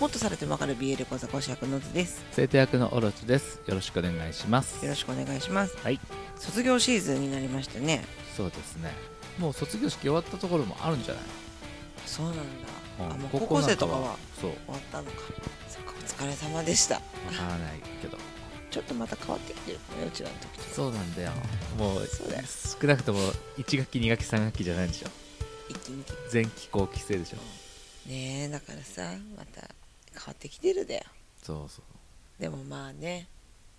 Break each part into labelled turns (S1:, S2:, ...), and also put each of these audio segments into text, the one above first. S1: もっとされてもわかる BL 講座講師役のずです
S2: 生徒役のオロチですよろしくお願いします
S1: よろしくお願いします
S2: はい
S1: 卒業シーズンになりましたね
S2: そうですねもう卒業式終わったところもあるんじゃない、
S1: そうなんだ、
S2: う
S1: あ
S2: ん
S1: もう高校生とか
S2: ここなん
S1: は
S2: そう
S1: 終わったのかそっかお疲れ様でした
S2: わからない けど
S1: ちょっとまた変わってきてるこのうちらの時と
S2: そうなんだよもう
S1: そうだよ
S2: 少なくとも1学期2学期3学期じゃないでしょ
S1: 一気に
S2: 前期後期生でしょ
S1: ねえだからさまた変わってきてるだよ
S2: そうそう
S1: でもまあね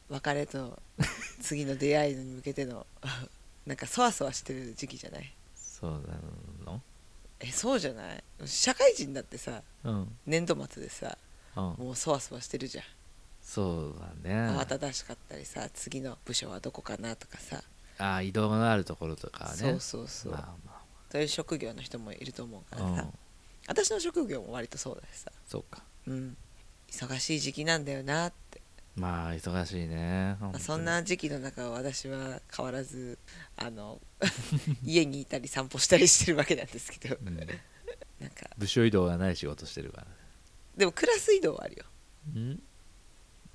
S1: 別れと 次の出会いに向けての なんかそわそわしてる時期じゃない
S2: そうなの
S1: えそうじゃない社会人だってさ
S2: うん
S1: 年度末でさ
S2: うん
S1: もうそわそわしてるじゃん
S2: そうだね
S1: 慌ただしかったりさ次の部署はどこかなとかさ、
S2: ああ移動のあるところとかね
S1: そうそうそう、
S2: まあま
S1: そういう職業の人もいると思う
S2: あ
S1: からさ、
S2: うん
S1: 私の職業も割とそうだしさ、
S2: そうか
S1: うん、忙しい時期なんだよなって、
S2: まあ忙しいね
S1: ま
S2: 本当
S1: あ、
S2: に
S1: そんな時期の中私は変わらずあの 家にいたり散歩したりしてるわけなんですけど、
S2: うん
S1: なんか
S2: 部署移動がない仕事してるからね
S1: でもクラス移動はあるよ
S2: うん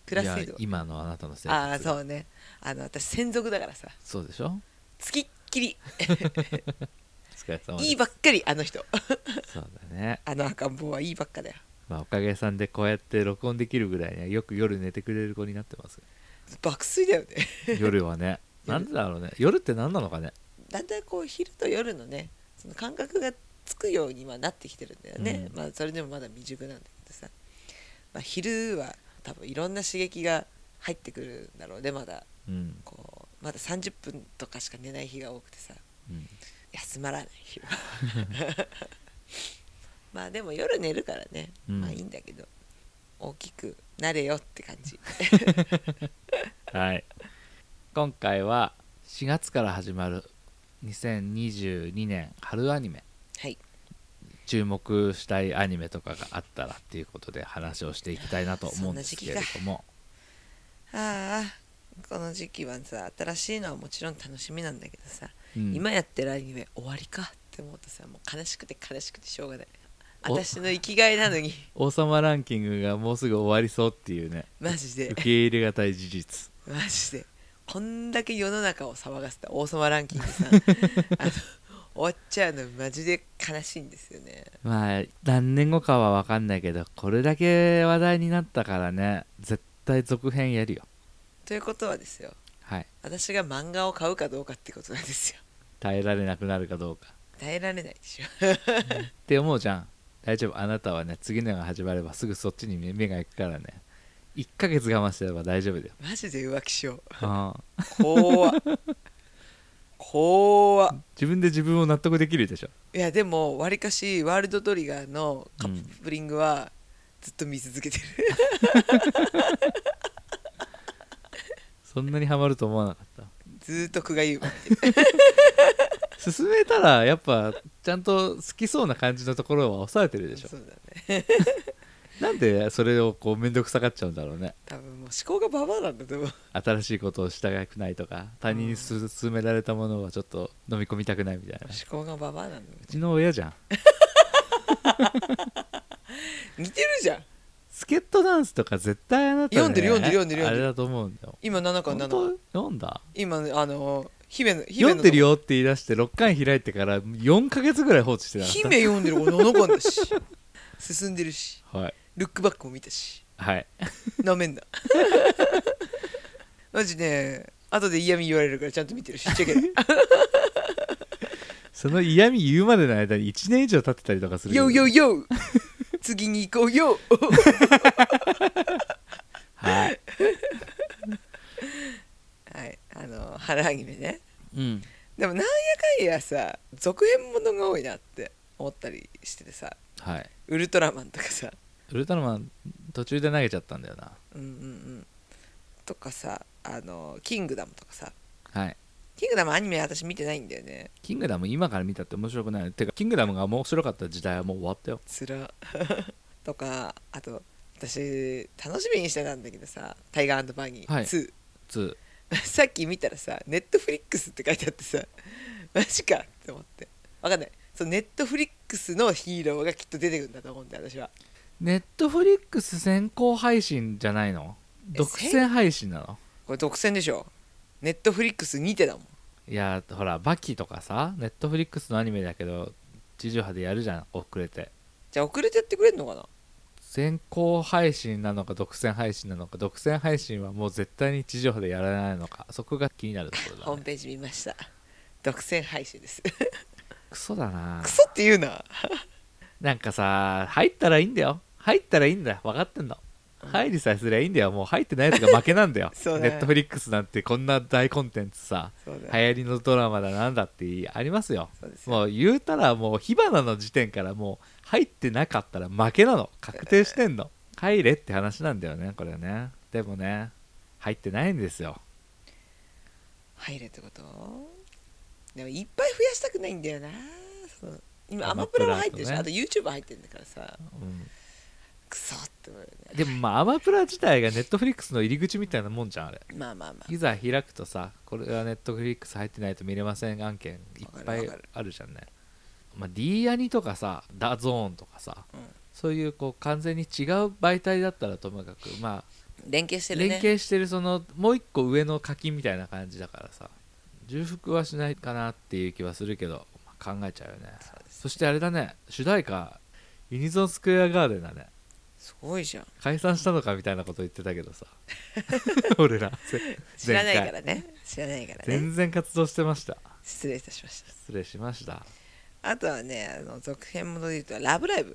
S1: クラス移
S2: いや
S1: 動
S2: 今のあなたの生活
S1: ああそうねあの私専属だからさ
S2: そうでしょ
S1: つきっきり
S2: お疲れ様です
S1: いいばっかりあの人
S2: そうだね
S1: あの赤ん坊はいいばっかだよ
S2: まあおかげさんでこうやって録音できるぐらいにはよく夜寝てくれる子になってます
S1: 爆睡だよね
S2: 夜はね
S1: 夜
S2: なんでだろうね夜って何なのかね
S1: だんだんこう昼と夜のねその感覚がつくようにはなってきてるんだよね、
S2: うん
S1: まあそれでもまだ未熟なんだけどさ、まあ、昼は多分いろんな刺激が入ってくるんだろうねまだ
S2: うん、
S1: こうまだ30分とかしか寝ない日が多くてさ
S2: うん、
S1: 休まらない日 はまあでも夜寝るからね、
S2: うん
S1: まあいいんだけど大きくなれよって感じ
S2: はい今回は4月から始まる2022年春アニメ
S1: はい
S2: 注目したいアニメとかがあったらっていうことで話をしていきたいなと思うんですけれども
S1: ああこの時期はさ新しいのはもちろん楽しみなんだけどさ
S2: うん
S1: 今やってるアニメ終わりかって思うとさもう悲しくて悲しくてしょうがない
S2: お
S1: 私の生きがいなの に
S2: 王様ランキングがもうすぐ終わりそうっていうね
S1: マジで
S2: 受け入れがたい事実
S1: マジでこんだけ世の中を騒がせた王様ランキング さあの終わっちゃうのマジで悲しいんですよね
S2: まあ何年後かは分かんないけどこれだけ話題になったからね絶対続編やるよ
S1: ということはですよ
S2: はい
S1: 私が漫画を買うかどうかってことなんですよ
S2: 耐えられなくなるかどうか
S1: 耐えられないでしょ
S2: って思うじゃん大丈夫あなたはね次のが始まればすぐそっちに目目が行くからね1ヶ月我慢すれば大丈夫だよ
S1: マジで浮気症
S2: ああ
S1: 怖っ怖っ
S2: 自分で自分を納得できるでしょ
S1: いやでもわりかしワールドトリガーのカップリングはずっと見続け てる、
S2: そんなにハマると思わなかっ
S1: ずーっと久我優馬
S2: た進めたらやっぱちゃんと好きそうな感じのところは抑えてるでしょ
S1: そうだね
S2: なんでそれをこう面倒くさがっちゃうんだろうね
S1: 多分もう思考がババアなんだと思う
S2: 新しいことをしたくないとか他人にす勧められたものはちょっと飲み込みたくないみたいなう
S1: 思考がババアなんだ
S2: ちの親じゃん
S1: 似てるじゃん
S2: スケットダンスとか絶対あなた、ね、
S1: 読んでる読んでる読んでる
S2: あ
S1: 読ん
S2: れ
S1: でる
S2: だと思うんだよ
S1: 今7巻
S2: 本
S1: 7
S2: 当読んだ
S1: 今あの姫の姫の
S2: 読んでるよって言い出して6巻開いてから4ヶ月ぐらい放置してなかった
S1: 姫読んでる俺7巻だし 進んでるし
S2: はい
S1: ルックバックも見たし
S2: はい
S1: なめんな マジね後で嫌味言われるからちゃんと見てるしチェケラ
S2: その嫌味言うまでの間に1年以上経ってたりとかするけど
S1: よよよ次に行こうよ
S2: はい
S1: はいあの腹アニメね
S2: うん
S1: でもなんやかんやさ続編ものが多いなって思ったりしててさ
S2: はい
S1: ウルトラマンとかさ
S2: ウルトラマン途中で投げちゃったんだよな
S1: うんうんうんとかさあのキングダムとかさ
S2: はい
S1: キングダムアニメ私見てないんだよね
S2: キングダム今から見たって面白くないてかキングダムが面白かった時代はもう終わったよ
S1: つら とかあと私楽しみにしてたんだけどさ「タイガーバニー2」
S2: はい2
S1: さっき見たらさ「ネットフリックス」って書いてあってさ マジかって思ってわかんないそのネットフリックスのヒーローがきっと出てくるんだと思うんだよ私は
S2: ネットフリックス先行配信じゃないの
S1: え
S2: 独占配信なの
S1: これ独占でしょネットフリックスにてだもん
S2: いやほらバキとかさネットフリックスのアニメだけど地上波でやるじゃん遅れて
S1: じゃあ遅れてやってくれんのかな
S2: 先行配信なのか独占配信なのか独占配信はもう絶対に地上波でやらないのかそこが気になるところ
S1: ホ
S2: だ、
S1: ーム
S2: ね、
S1: ページ見ました独占配信です ク
S2: クソだな
S1: ソって言うな
S2: なんかさ入ったらいいんだよ入ったらいいんだよ分かってんの入りさえすりゃいいんだよもう入ってないやつが負けなんだよ
S1: そう
S2: ネ
S1: ね
S2: ットフリックスなんてこんな大コンテンツさ
S1: そうだ
S2: 流行りのドラマだなんだってありますよ
S1: そうですよ
S2: もう言うたらもう火花の時点からもう入ってなかったら負けなの確定してんの入れって話なんだよねこれねでもね入ってないんですよ
S1: 入れってことでもいっぱい増やしたくないんだよなその今
S2: ア
S1: ア
S2: マ
S1: マ
S2: プ
S1: プ
S2: ラ
S1: ラも
S2: とね
S1: 入ってるし、あと YouTube 入ってるんだからさ
S2: うん
S1: クソって思うよね
S2: でもまあアマプラ自体がネットフリックスの入り口みたいなもんじゃんあれ
S1: まあまあまあ
S2: いざ開くとさこれはネットフリックス入ってないと見れません案件いっぱ
S1: わ
S2: い
S1: かるわかる
S2: あるじゃんね、まあ、D アニとかさダゾーンとかさ、
S1: うん
S2: そういうこう完全に違う媒体だったらともかくまあ
S1: 連携してるね
S2: 連携してるそのもう一個上の課金みたいな感じだからさ重複はしないかなっていう気はするけど、まあ考えちゃうよね
S1: そうです
S2: そしてあれだね主題歌ユニゾンスクエアガーデンだね
S1: すごいじゃん
S2: 解散したのかみたいなこと言ってたけ どさ俺ら
S1: 知らないか
S2: 前
S1: ら
S2: 回
S1: ね知らないからね
S2: 全然活動してました
S1: 失礼いたしました
S2: 失礼しました
S1: あとはねあの続編もので言うと「ラブライブ!」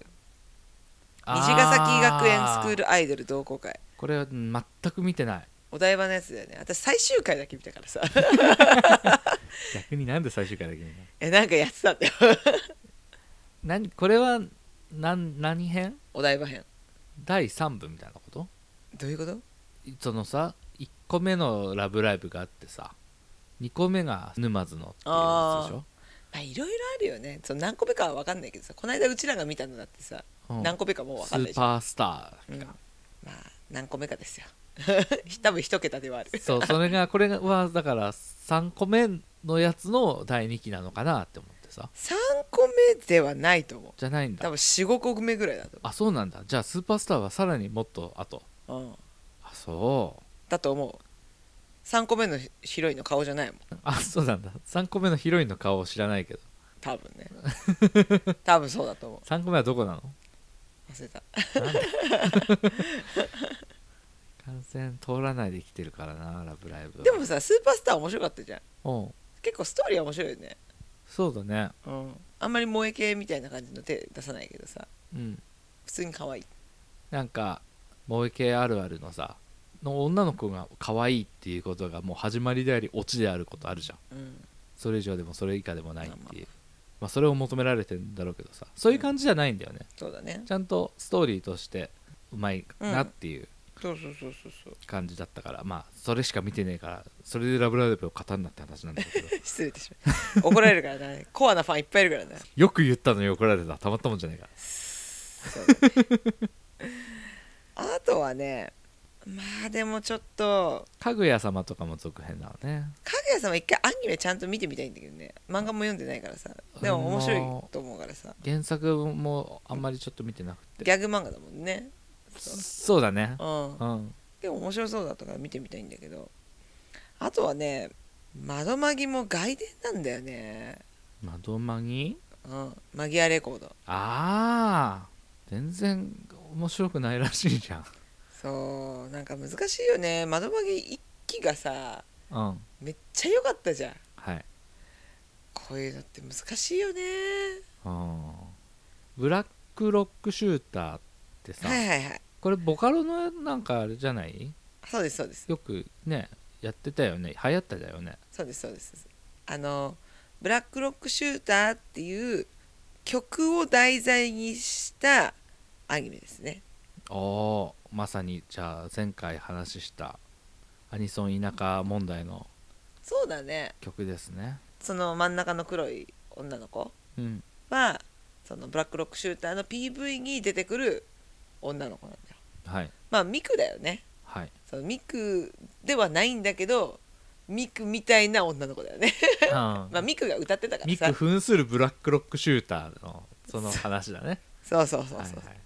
S1: 虹ヶ崎学園スクー
S2: ル
S1: ルアイドル同好会
S2: これは全く見てない
S1: お台場のやつだよね私最終回だけ見た からさ
S2: 逆になんで最終回だけ見ない
S1: えなんかやってたんだよ
S2: 何これは何何編
S1: お台場編
S2: 第3部みたいなこと
S1: どういうこと
S2: そのさ1個目の「ラブライブ!」があってさ2個目が沼津のっていうやつでしょ
S1: まあいろいろあるよねその何個目かは分かんないけどさこの間うちらが見たのだってさ、
S2: うん
S1: 何個目かもう分
S2: ス
S1: かんない
S2: ー
S1: じゃん
S2: パースター
S1: うん
S2: が
S1: まあ何個目かですよ 多分一桁ではある
S2: そうそれがこれはだから3個目のやつの第2期なのかなって思ってさ
S1: 3個目ではないと思う
S2: じゃないん
S1: 多
S2: だ
S1: 分45個目ぐらいだと
S2: あそうなんだじゃあスーパースターはさらにもっと後
S1: 思う、うん、
S2: あそう
S1: だと思う3個目のヒロインの顔じゃないもん
S2: あそうなんだ3個目のヒロインの顔を知らないけど
S1: 多分 ね多分そうだと思
S2: 3個目はどこなの
S1: う忘れた
S2: 感染通らないで来てるからな「ラブライブは」
S1: でもさスーパースター面白かったじゃん
S2: うん
S1: 結構ストーリーは面白いよね
S2: そうだね
S1: うんあんまり萌え系みたいな感じの手出さないけどさ
S2: うん
S1: 普通に可愛い
S2: なんか萌え系あるあるのさの女の子が可愛いっていうことがもう始まりでありオチであることあるじゃん
S1: うん
S2: それ以上でもそれ以下でもないっていう、まあ、それを求められてんだろうけどさそういう感じじゃないんだよね、
S1: そうだね
S2: ちゃんとストーリーとしてうまいなっていう
S1: そうそうそうそうそう
S2: 感じだったから、まあそれしか見てねえからそれで「ラブライブ」を語んなって話なんだけど
S1: 失礼いたしました怒られるからな コアなファンいっぱいいるからな
S2: よく言ったのに怒られたたまったもんじゃないか
S1: そうだねあとはねまあでもちょっと
S2: かぐや様とかも続編なのね
S1: かぐや様一回アニメちゃんと見てみたいんだけどね漫画も読んでないからさでも面白いと思うからさ
S2: 原作もあんまりちょっと見てなく
S1: ギ
S2: て
S1: ャグ漫画だもんねそう
S2: そうだね
S1: うん
S2: うん
S1: でも面白そうだったから見てみたいんだけどあとはね窓マギも外伝なんだよね
S2: 窓マギ
S1: うんマギアレコード
S2: ああ全然面白くないらしいじゃん
S1: そうなんか難しいよね窓マギ一期がさ
S2: うん
S1: めっちゃ良かったじゃん
S2: はい
S1: こういうのって難しいよね
S2: うんブラックロックシューターってさ、
S1: はいはいはい
S2: これボカロのなんかあれじゃない
S1: そうですそうです
S2: よくねやってたよね流行っただよね
S1: そうですそうですあのブラックロックシューターっていう曲を題材にしたアニメですね
S2: おーまさにじゃあ前回話したアニソン田舎問題の
S1: そうだね
S2: 曲ですね
S1: その真ん中の黒い女の子
S2: うん
S1: はそのブラックロックシューターの PV に出てくる女の子なんだよ
S2: はい
S1: まあミクだよね
S2: はい
S1: そのミクではないんだけどミクみたいな女の子だ よねまあミクが歌ってたから
S2: ミク
S1: さ
S2: 扮するブラックロックシューターのその話だね
S1: そうそうそうそう、
S2: はいはい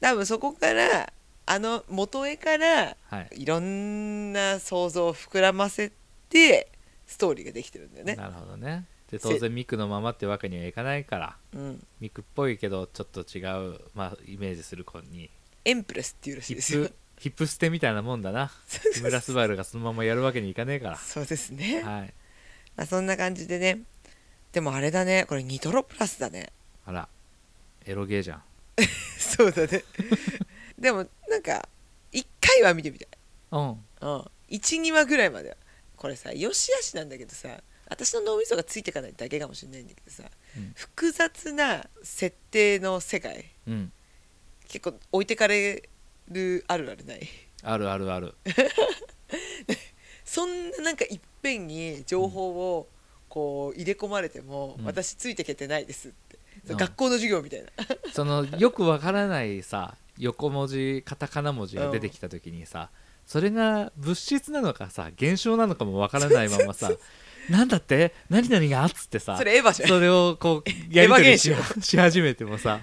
S1: 多分そこからあの元絵から
S2: はい、
S1: いろんな想像を膨らませてストーリーができてるんだよね。
S2: なるほどねで
S1: せ
S2: 当然ミクのままってわけにはいかないから
S1: うん、
S2: ミクっぽいけどちょっと違う、まあ、イメージする子に
S1: エンプレスっていうらし
S2: ヒ
S1: いですよ
S2: ップ。ヒップ捨てみたいなもんだな木村昴がそのままやるわけにいかねえか
S1: そうですね。
S2: らはい
S1: まあそんな感じでね。でもあれだね。これニトロプラスだね。
S2: あらエロゲーじゃん
S1: そうだ ね。でもなんか一回は見てみたい。
S2: うん
S1: うん。一二話ぐらいまでは。これさ、よしあしなんだけどさ、私の脳みそがついてかないだけかもしれないんだけどさ、
S2: うん
S1: 複雑な設定の世界
S2: うん
S1: 結構置いてかれるあるあるない。
S2: あるあるある
S1: そんななんかいっぺんに情報をこう入れ込まれても、
S2: うん
S1: 私ついてけてないですって、
S2: うん
S1: 学校の授業みたいな
S2: そのよくわからないさ横文字カタカナ文字が出てきた時にさ、それが物質なのかさ現象なのかもわからないままさなんだって何々がっつってさ
S1: それエヴァじゃん
S2: それをこ うやり取りし
S1: エヴァ
S2: し始めてもさ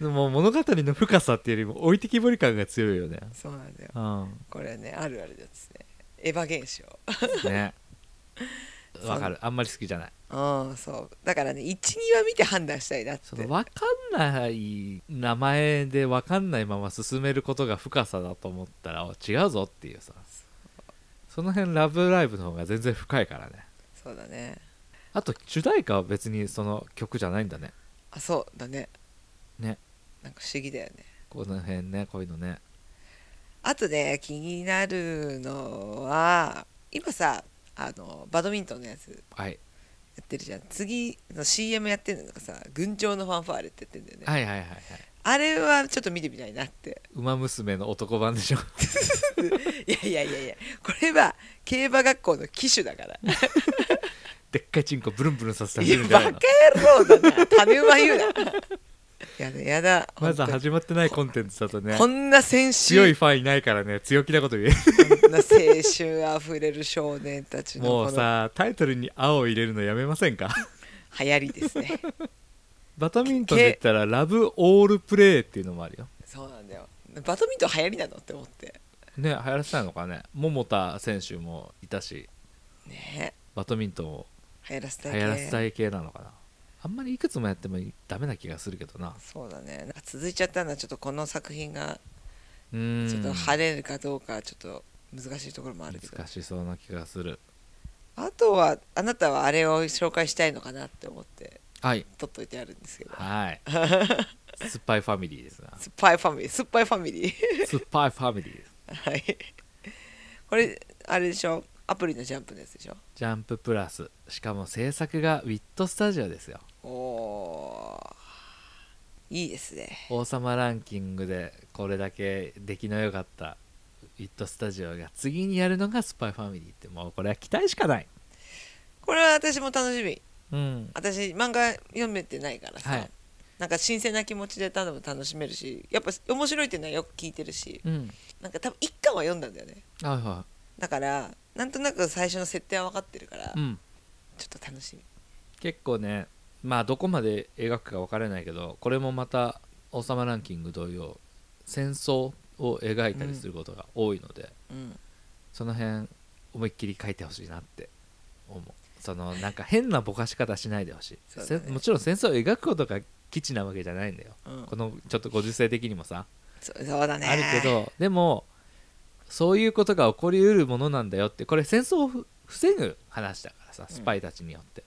S2: もう物語の深さっていうよりも置いてきぼり感が強いよね
S1: そうなんだよ
S2: うん
S1: これねあるあるですねエヴァ現象
S2: ねわかるあんまり好きじゃない
S1: うんそうだからね12話見て判断したいなって
S2: その分かんない名前で分かんないまま進めることが深さだと思ったらお違うぞっていうさその辺「ラブライブ!」の方が全然深いからね
S1: そうだね
S2: あと主題歌は別にその曲じゃないんだね
S1: あそうだね
S2: ね
S1: なんか不思議だよね
S2: この辺ねこういうのね
S1: あとね気になるのは今さあのバドミントンのやつや
S2: はい、
S1: ってるじゃん次の CM やってるのがさ「群青のファンファーレ」ってやってんだよね
S2: はいはいはいはい
S1: あれはちょっと見てみたいなって。
S2: 「ウマ娘」の男版でしょ
S1: いやいやいやいや、これは競馬学校の騎手だから。
S2: でっかいチンコブルンブルンさせて
S1: い
S2: 走
S1: や
S2: るんじゃ
S1: バ
S2: ないの
S1: カ野郎だな。種馬言うな。 やだやだ。
S2: まだ
S1: 本
S2: 始まってないコンテンツだと
S1: 当
S2: ね
S1: こんな先週
S2: 強いファンいないからね強気なこと言え
S1: こんな青春あふれる少年たちの
S2: もう
S1: この
S2: さタイトルに「青」を入れるのやめませんか
S1: 流行りですね。
S2: バドミントンで言ったらラブオールプレーっていうのもあるよ。
S1: そうなんだよ。バドミントン流行りなのって思って。
S2: ね流行らせたのかね桃田選手もいたし
S1: ね
S2: バドミントンを
S1: 流行らせたい
S2: 流
S1: ね
S2: 行らせたい系なのかなあんまりいくつもやってもダメな気がするけどな
S1: そうだね。なんか続いちゃったのはちょっとこの作品が
S2: うーん
S1: ちょっと跳ねるかどうかちょっと難しいところもあるけど。
S2: 難しそうな気がする
S1: あとはあなたはあれを紹介したいのかなって思って
S2: はい
S1: 取っといてあるんですけど
S2: はい スパイファミリーですな
S1: 酸っぱいファミリー酸っぱいファミリー
S2: スパイファミリーです
S1: はいこれあれでしょアプリのジャンプのやつでしょ
S2: ジャンププラスしかも制作がウィットスタジオですよ
S1: おーいいですね
S2: 王様ランキングでこれだけ出来の良かった「イットスタジオ」が次にやるのが「スパイファミリーってもうこれは期待しかない
S1: これは私も楽しみ
S2: うん
S1: 私漫画読めてないからさ、
S2: はい
S1: なんか新鮮な気持ちで多分楽しめるしやっぱ面白いっていうのはよく聞いてるし
S2: うん
S1: なんか多分一巻は読んだんだよね
S2: はいは
S1: だからなんとなく最初の設定は分かってるから、
S2: い、うん、
S1: ちょっと楽しみ
S2: 結構ねまあどこまで描くか分からないけどこれもまた「王様ランキング」同様戦争を描いたりすることが多いので、
S1: うん
S2: その辺思いっきり書いてほしいなって思うそのなんか変なぼかし方しないでほしい、
S1: そう
S2: せ
S1: だね
S2: もちろん戦争を描くことが基地なわけじゃないんだよ
S1: うん
S2: このちょっとご時世的にもさ、
S1: そそうだね
S2: あるけどでもそういうことが起こりうるものなんだよってこれ戦争をふ防ぐ話だからさスパイたちによって、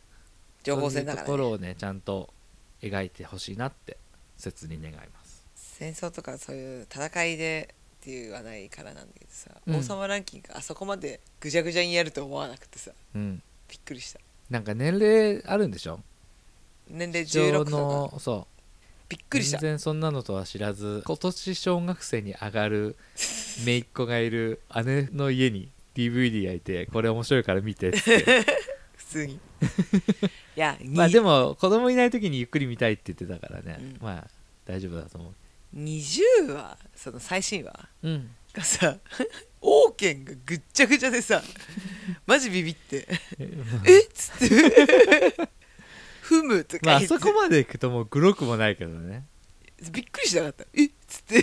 S1: 情報戦だ
S2: そうい
S1: か
S2: う
S1: ら、
S2: と
S1: ね、
S2: ころをねちゃんと描いてほしいなって切に願います
S1: 戦争とかそういう戦いでっていうはないからなんだけどさ、
S2: うん
S1: 王様ランキングあそこまでぐじゃぐじゃにやると思わなくてさ
S2: うん
S1: びっくりした
S2: なんか年齢あるんでしょ
S1: 年齢16歳の
S2: のそう
S1: びっくりした
S2: 全然そんなのとは知らず今年小学生に上がる姪っ子がいる姉の家に DVD 焼いてこれ面白いから見てって
S1: 普通に いやに
S2: まあでも子供いない時にゆっくり見たいって言ってたからね、
S1: うん
S2: まあ大丈夫だと思う
S1: 20話その最新話
S2: うん
S1: がさ 王権がぐっちゃぐちゃで さマジビビって「えっ?」つって 「ふむ」とか
S2: まあ
S1: 言って
S2: そこまでいくともうグロくもないけどね
S1: びっくりしなかった「えっ?」つって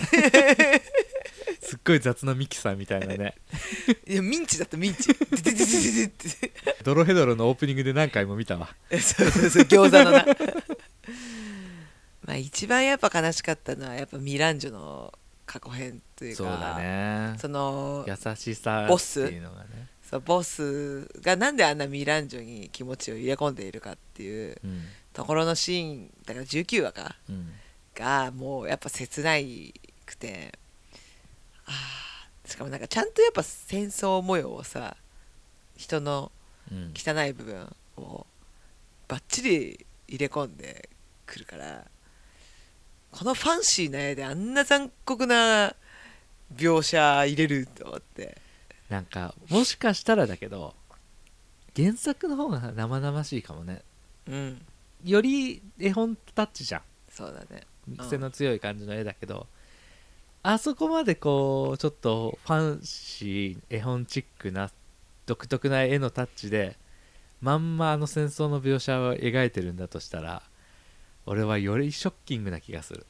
S2: すっごい雑なミキサーみたいな ね
S1: いやミンチだったミン チ でででででで
S2: ドロヘドロのオープニングで何回も見たわ
S1: でそうそうそう餃子のな まあ一番やっぱ悲しかったのはやっぱミランジョの過去編というか
S2: そうだね
S1: その
S2: 優しさ
S1: ボス
S2: っていうのがね、
S1: そうボスがなんであんなミランジョに気持ちを入れ込んでいるかっていう
S2: うん
S1: ところのシーンだから19話か
S2: うん、
S1: がもうやっぱ切ないくてあーしかもなんかちゃんとやっぱ戦争模様をさ人の
S2: うん、
S1: 汚い部分をバッチリ入れ込んでくるからこのファンシーな絵であんな残酷な描写入れると思って
S2: なんかもしかしたらだけど原作の方が生々しいかもね
S1: うん
S2: より絵本タッチじゃん
S1: そうだね
S2: 癖の強い感じの絵だけど、あそこまでこうちょっとファンシー絵本チックな独特な絵のタッチでまんまあの戦争の描写を描いてるんだとしたら俺はよりショッキングな気がする、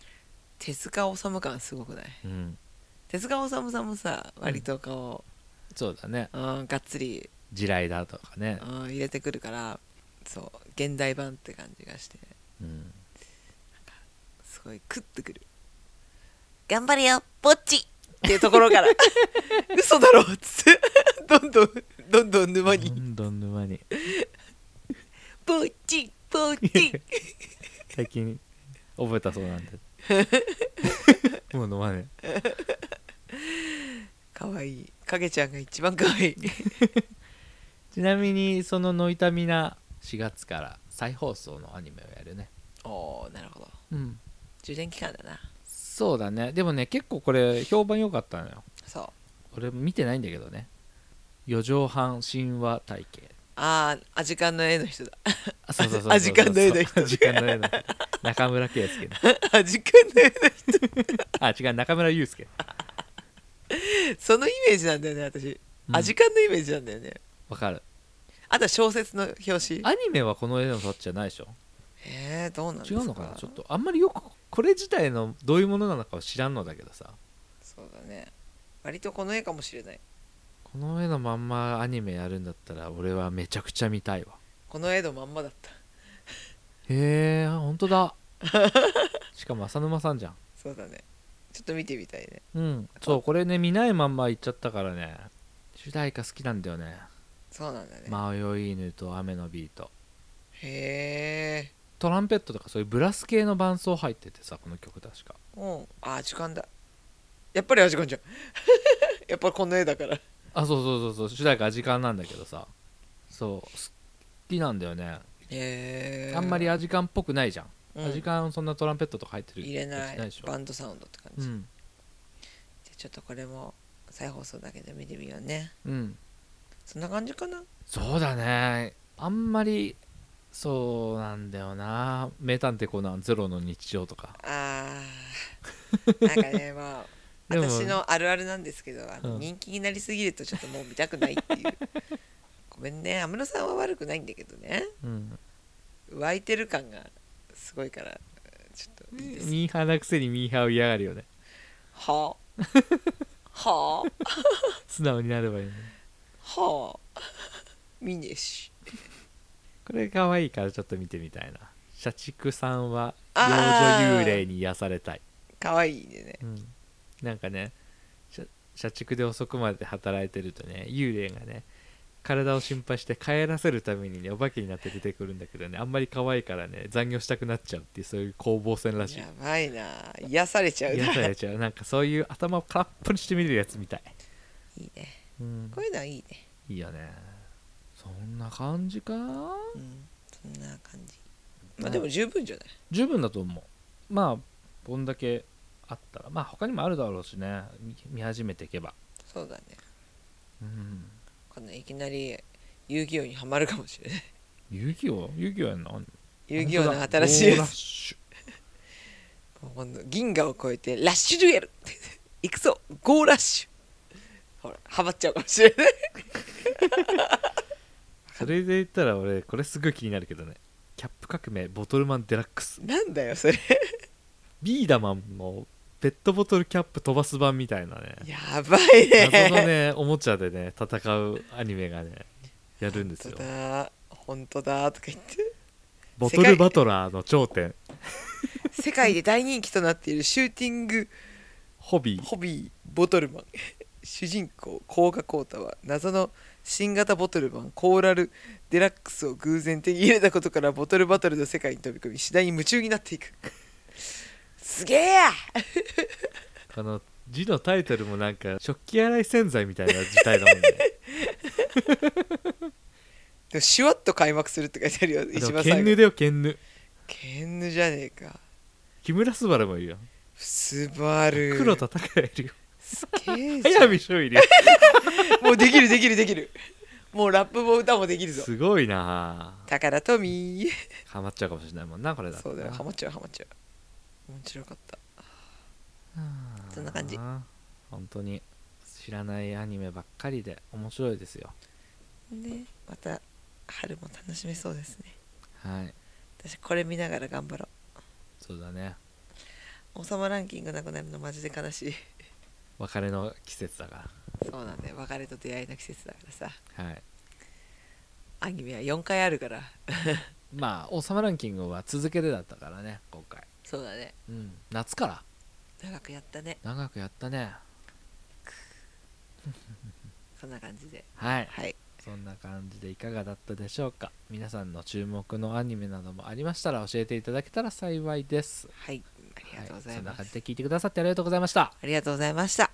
S1: 手塚治虫感すごくない
S2: うん、
S1: 手塚治虫さんもさ割とこ
S2: そうだね
S1: う、うん、がっつり、
S2: 地雷だとかね
S1: う、ん、入れてくるからそう現代版って感じがして
S2: うん、
S1: すごいクッとくる頑張れよぼっちっていうところから 嘘だろっつって どんどんどんどん沼
S2: ど
S1: に
S2: んどん沼に
S1: ぼっちぼっち
S2: 最近覚えたそう なんでもう飲まねえ
S1: かわいい影ちゃんが一番かわい い
S2: ちなみにその「ノイタミナ」4月から再放送のアニメをやるね
S1: おーなるほど
S2: うん
S1: 充電期間だな
S2: そうだねでもね結構これ評判良かったのよ
S1: そう
S2: 俺見てないんだけどね四畳半神話体系
S1: あーあ時間の絵の人だ
S2: あそうそうそうそう
S1: あ時間の絵の人
S2: あ時間の絵の人中村圭介ね
S1: あ時間の絵の人
S2: あ違う中村祐介
S1: そのイメージなんだよね私、
S2: うん
S1: アジカンのイメージなんだよね
S2: わかる
S1: あとは小説の表紙
S2: アニメはこの絵のタッチじゃないでしょ
S1: えー、どうなんです
S2: 違
S1: か
S2: うのかなちょっとあんまりよくこれ自体のどういうものなのかを知らんのだけどさ
S1: そうだね割とこの絵かもしれない
S2: この絵のまんまアニメやるんだったら俺はめちゃくちゃ見たいわ
S1: この絵のまんまだった
S2: へえ本当だ しかも浅沼さんじゃん
S1: そうだねちょっと見てみたいね
S2: うんそうこれね見ないまんま行っちゃったからね主題歌好きなんだよね
S1: そうなんだね、
S2: 「迷い犬と雨のビート
S1: へえ」
S2: トランペットとかそういうブラス系の伴奏入っててさこの曲確か
S1: うんあ時間だやっぱりあ時間じゃん やっぱりこの絵だから
S2: あそうそうそうそう主題歌は時間なんだけどさそう好きなんだよね
S1: へえ
S2: あんまり
S1: あ、
S2: アジカンっぽくないじゃん、
S1: うん
S2: アジカンそんなトランペットとか入ってる
S1: 入れない
S2: やつないでしょ
S1: バンドサウンドって感
S2: う
S1: じ、じゃ
S2: ん
S1: あちょっとこれも再放送だけで見てみようね
S2: うん
S1: そんな感じかな
S2: そうだねあんまりそうなんだよな「名探偵コナンゼロの日常」とか
S1: あーなんかねまあ
S2: でも
S1: 私のあるあるなんですけどあの
S2: うん
S1: 人気になりすぎるとちょっともう見たくないっていう ごめんね安室さんは悪くないんだけどね
S2: うん
S1: 湧いてる感がすごいからちょっといいです
S2: ミーハーなくせにミーハーを嫌がるよね
S1: はあはあ
S2: 素直になればいいのに
S1: はあ見ねえし
S2: これ可愛いからちょっと見てみたいな社畜さんは幼
S1: あー
S2: 女幽霊に癒されたい、
S1: 可愛いんでね
S2: うん、なんかね社社畜で遅くまで働いてるとね幽霊がね体を心配して帰らせるためにねお化けになって出てくるんだけどねあんまり可愛いからね残業したくなっちゃうっていうそういう攻防戦らしい
S1: やばいな癒されちゃうな
S2: 癒さ
S1: い
S2: れちゃうなんかそういう頭を空っぽにしてみるやつみたい、
S1: いね
S2: うん
S1: こういうのはいいね
S2: いいよねそんな感じか
S1: うんそんな感じまあでも十分じゃない
S2: 十分だと思うまあこんだけあったらまあ他にもあるだろうしね見見始めていけば
S1: そうだね
S2: うん
S1: このいきなり遊戯王にはまるかもしれない
S2: 遊戯王遊戯王やんの
S1: 遊戯王の新しいや
S2: ラッ
S1: つ
S2: シ
S1: もう今度銀河を越えてラッシュデュエル行くぞゴーラッシュほらハマっちゃうかもしれない
S2: ュそれで言ったら俺これすごい気になるけどねキャップ革命ボトルマンデラックス
S1: なんだよそれ
S2: ビーダマンのペットボトルキャップ飛ばす版みたいなね
S1: やばいね
S2: 謎のねおもちゃでね戦うアニメがねやるんで
S1: 本
S2: すよ
S1: 当だ本当だとか言って
S2: ボトルバトラーの頂点
S1: 世界で大人気となっているシューティング
S2: ホビー
S1: ホビーボトルマン主人公甲賀浩太は謎の新型ボトルマンコーラルデラックスを偶然手に入れたことからボトルバトルの世界に飛び込み次第に夢中になっていくすげえや
S2: この字のタイトルもなんか食器洗い洗剤みたいな字体 だもんね
S1: でもシュワッと開幕するって書いてあるよ
S2: で
S1: 一
S2: も
S1: 番
S2: ケ
S1: 最
S2: ンヌ
S1: 後
S2: だよケンヌ
S1: ケンヌじゃねえか
S2: 木村昴もいるよ
S1: スバル
S2: 黒田高也いるよ
S1: すげえじゃ
S2: 早
S1: ん
S2: 見翔いるよ
S1: もうできるできるできるもうラップも歌もできるぞ
S2: すごいなあ
S1: 高田トミー
S2: ハマっちゃうかもしれないもんなこれだった
S1: そう
S2: ら
S1: だよハマっちゃうハマっちゃう面白かったそんな感じ
S2: あー本当に知らないアニメばっかりで面白いですよ
S1: ねまた春も楽しめそうですね
S2: はい
S1: 私これ見ながら頑張ろ
S2: そうだね
S1: う王様ランキングなくなるのマジで悲しい
S2: 別れの季節だか
S1: そうなんだよ別れと出会いの季節だからさ
S2: らはい
S1: アニメは4回あるから
S2: まあ王様ランキングは続けてだったからね今回
S1: そうだね
S2: うん夏から
S1: 長くやったね
S2: 長くやったね
S1: そんな感じで
S2: はい
S1: はい
S2: そんな感じでいかがだったでしょうか皆さんの注目のアニメなどもありましたら教えていただけたら幸いです
S1: はいありがとうござい
S2: はそんな
S1: ます、
S2: 感じで聞いてくださってありがとうございました
S1: ありがとうございました